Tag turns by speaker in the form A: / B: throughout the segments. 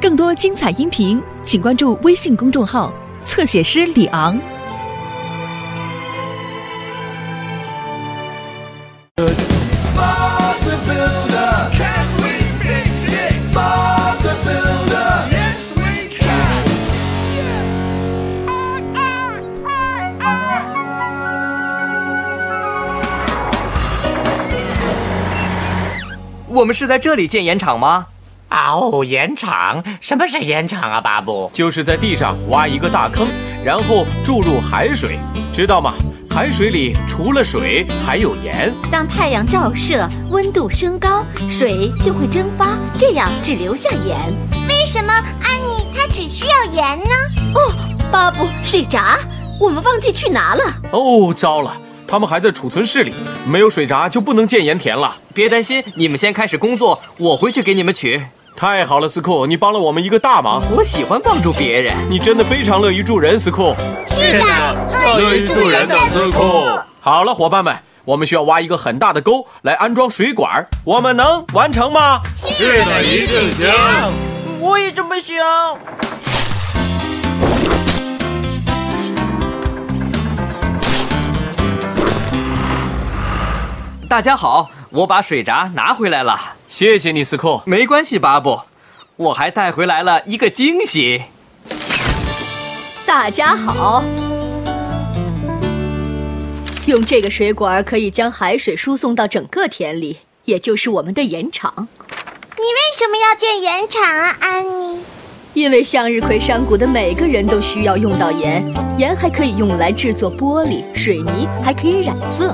A: 更多精彩音频，请关注微信公众号“侧写师李昂”。
B: Bob the Builder. Can we fix it? Bob the Builder. Yes, we can.
C: 我们是在这里建盐场吗？
D: 哦，盐场？什么是盐场啊，巴布？
E: 就是在地上挖一个大坑，然后注入海水，知道吗？海水里除了水还有盐。
F: 当太阳照射，温度升高，水就会蒸发，这样只留下盐。
G: 为什么安妮她只需要盐呢？
F: 哦，巴布，水闸，我们忘记去拿了。
E: 哦，糟了，他们还在储存室里，没有水闸就不能建盐田了。
C: 别担心，你们先开始工作，我回去给你们取。
E: 太好了，斯库，你帮了我们一个大忙。
C: 我喜欢帮助别人。
E: 你真的非常乐于助人，斯库。
G: 是的，乐于助人的斯库。
E: 好了，伙伴们，我们需要挖一个很大的沟来安装水管，我们能完成吗？
B: 是的，一定行。
H: 我也这么想。
C: 大家好，我把水闸拿回来了。
E: 谢谢你，斯库。
C: 没关系，巴布，我还带回来了一个惊喜。
I: 大家好，用这个水管可以将海水输送到整个田里，也就是我们的盐场。
G: 你为什么要建盐场啊，安妮？
I: 因为向日葵山谷的每个人都需要用到盐，盐还可以用来制作玻璃、水泥，还可以染色。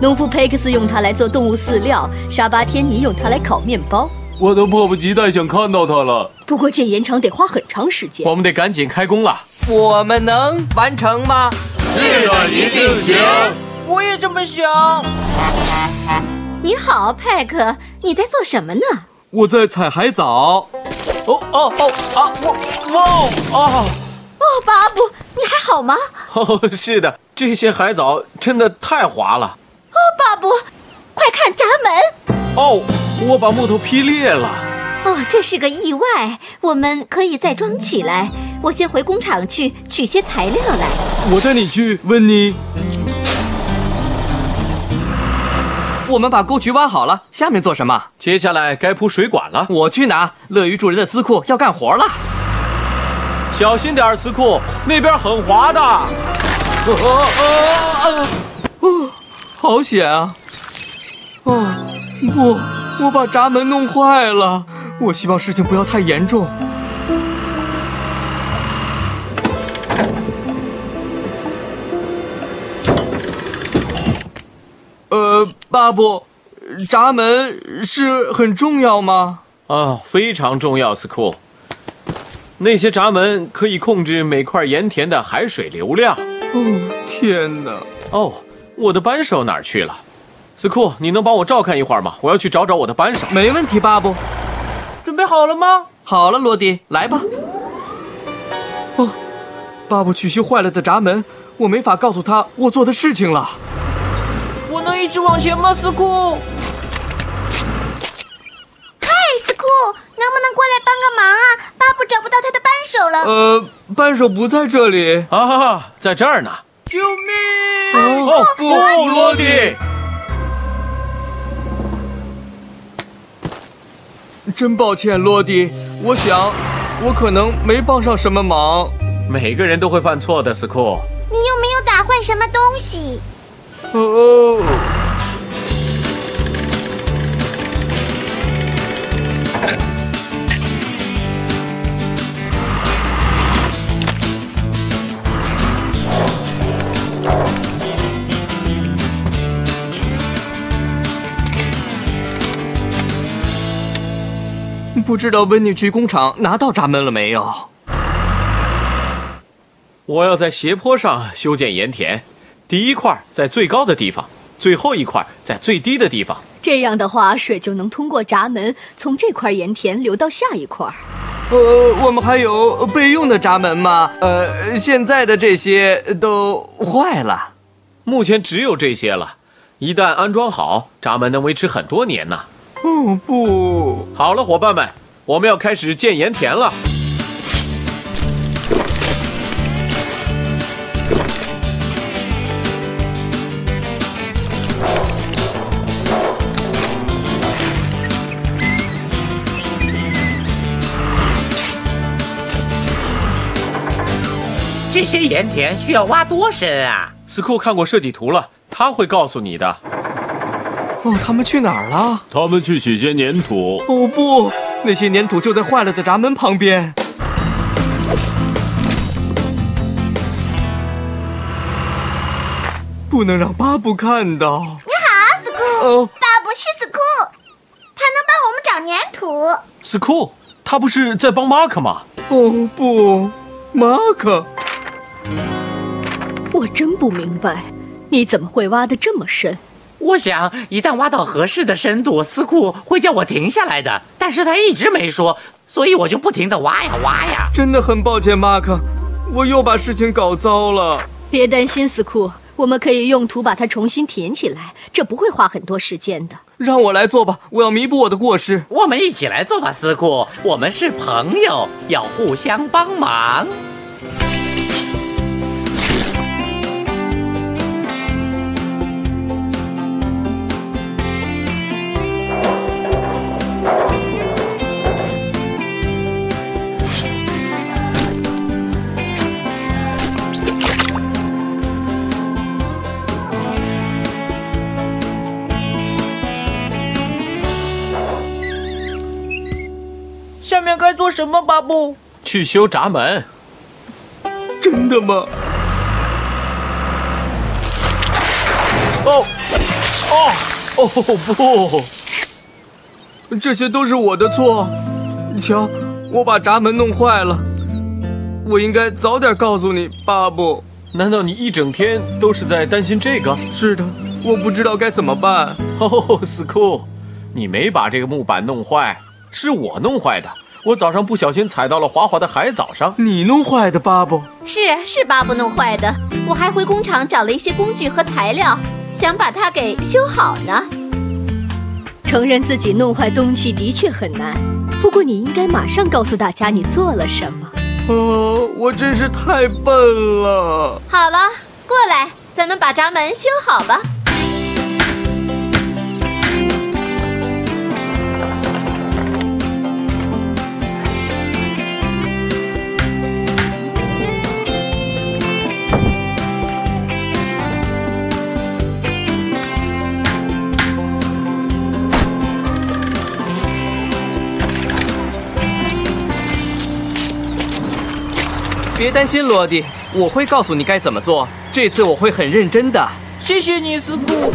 I: 农夫佩克斯用它来做动物饲料，沙巴天尼用它来烤面包。
J: 我都迫不及待想看到它了。
I: 不过建盐场得花很长时间，
E: 我们得赶紧开工了。
C: 我们能完成吗？
B: 是的，一定行。
H: 我也这么想。
F: 你好，派克，你在做什么呢？
C: 我在采海藻。
J: 哦哦哦啊！我哇哦！
F: 哦，巴布，你还好吗？
E: 哦，是的，这些海藻真的太滑了。
F: 哦，巴布，快看闸门！
E: 哦，我把木头劈裂了。
F: 哦，这是个意外，我们可以再装起来。我先回工厂去取些材料来。
E: 我带你去，温妮。
C: 我们把沟渠挖好了，下面做什么？
E: 接下来该铺水管了。
C: 我去拿。乐于助人的司库要干活了，
E: 小心点儿，司库，那边很滑的。
C: 哦哦哦！好险啊！哦，不，我把闸门弄坏了。我希望事情不要太严重。呃，巴布，闸门是很重要吗？
E: 啊，非常重要，司库。那些闸门可以控制每块盐田的海水流量。
C: 哦，天哪！
E: 哦，我的扳手哪儿去了？司库，你能帮我照看一会儿吗？我要去找找我的扳手。
C: 没问题，巴布。
H: 准备好了吗？
C: 好了，罗迪，来吧。哦，巴布去修坏了的闸门，我没法告诉他我做的事情了。
H: 我能一直往前吗，斯库？
G: 嗨，斯库，能不能过来帮个忙啊？巴布找不到他的扳手了。
C: 呃，扳手不在这里。
E: 啊，在这儿呢。
H: 救命！
E: 哦不，
H: 哎
E: 罗迪，
C: 真抱歉，罗迪，我想我可能没帮上什么忙。
E: 每个人都会犯错的，司库。
G: 你又没有打坏什么东西。
C: 哦，不知道温妮去工厂拿到闸门了没有？
E: 我要在斜坡上修建盐田，第一块在最高的地方，最后一块在最低的地方。
I: 这样的话水就能通过闸门从这块盐田流到下一块。
C: 呃，我们还有备用的闸门吗？呃，现在的这些呃都坏了。
E: 目前只有这些了，一旦安装好，闸门能维持很多年呢。
C: 哦不，
E: 好了，伙伴们，我们要开始建盐田了。
D: 这些盐田需要挖多深啊？
E: 斯库看过设计图了，他会告诉你的。
C: 哦，他们去哪儿了？
K: 他们去洗些粘土。
C: 哦不，那些粘土就在坏了的闸门旁边。不能让巴布看到。
G: 你好，斯库。
C: 哦
G: 巴布是斯库，他能帮我们找粘土。
E: 斯库，他不是在帮马克吗？
C: 哦不，马克。
I: 我真不明白，你怎么会挖得这么深？
D: 我想，一旦挖到合适的深度，司库会叫我停下来的。但是他一直没说，所以我就不停地挖呀挖呀。
C: 真的很抱歉，马克，我又把事情搞糟了。
I: 别担心，斯库，我们可以用土把它重新填起来，这不会花很多时间的。
C: 让我来做吧，我要弥补我的过失。
D: 我们一起来做吧，司库，我们是朋友，要互相帮忙。
H: 下面该做什么，巴布？
E: 去修闸门。
C: 真的吗？
E: 哦，哦，哦不！
C: 这些都是我的错。瞧，我把闸门弄坏了。我应该早点告诉你，巴布。
E: 难道你一整天都是在担心这个？
C: 是的，我不知道该怎么办。
E: 哦，斯库，你没把这个木板弄坏，是我弄坏的。我早上不小心踩到了滑滑的海藻上。
C: 你弄坏的，巴布。
F: 是是巴布弄坏的，我还回工厂找了一些工具和材料，想把它给修好呢。
I: 承认自己弄坏东西的确很难，不过你应该马上告诉大家你做了什么。
C: 哦，我真是太笨了。
F: 好了，过来，咱们把闸门修好吧。
C: 别担心，罗迪，我会告诉你该怎么做。这次我会很认真的。
H: 谢谢你，斯库。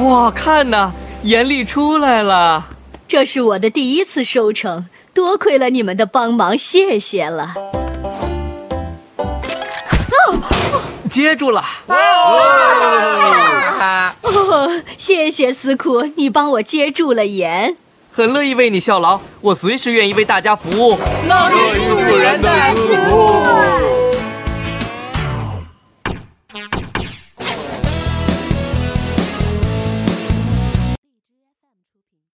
C: 哇，看呐，盐粒出来了。
I: 这是我的第一次收成，多亏了你们的帮忙，谢谢了。
C: 接住了。
I: 哦，谢谢斯库，你帮我接住了盐。
C: 很乐意为你效劳，我随时愿意为大家服务。
B: 乐于助人的服务。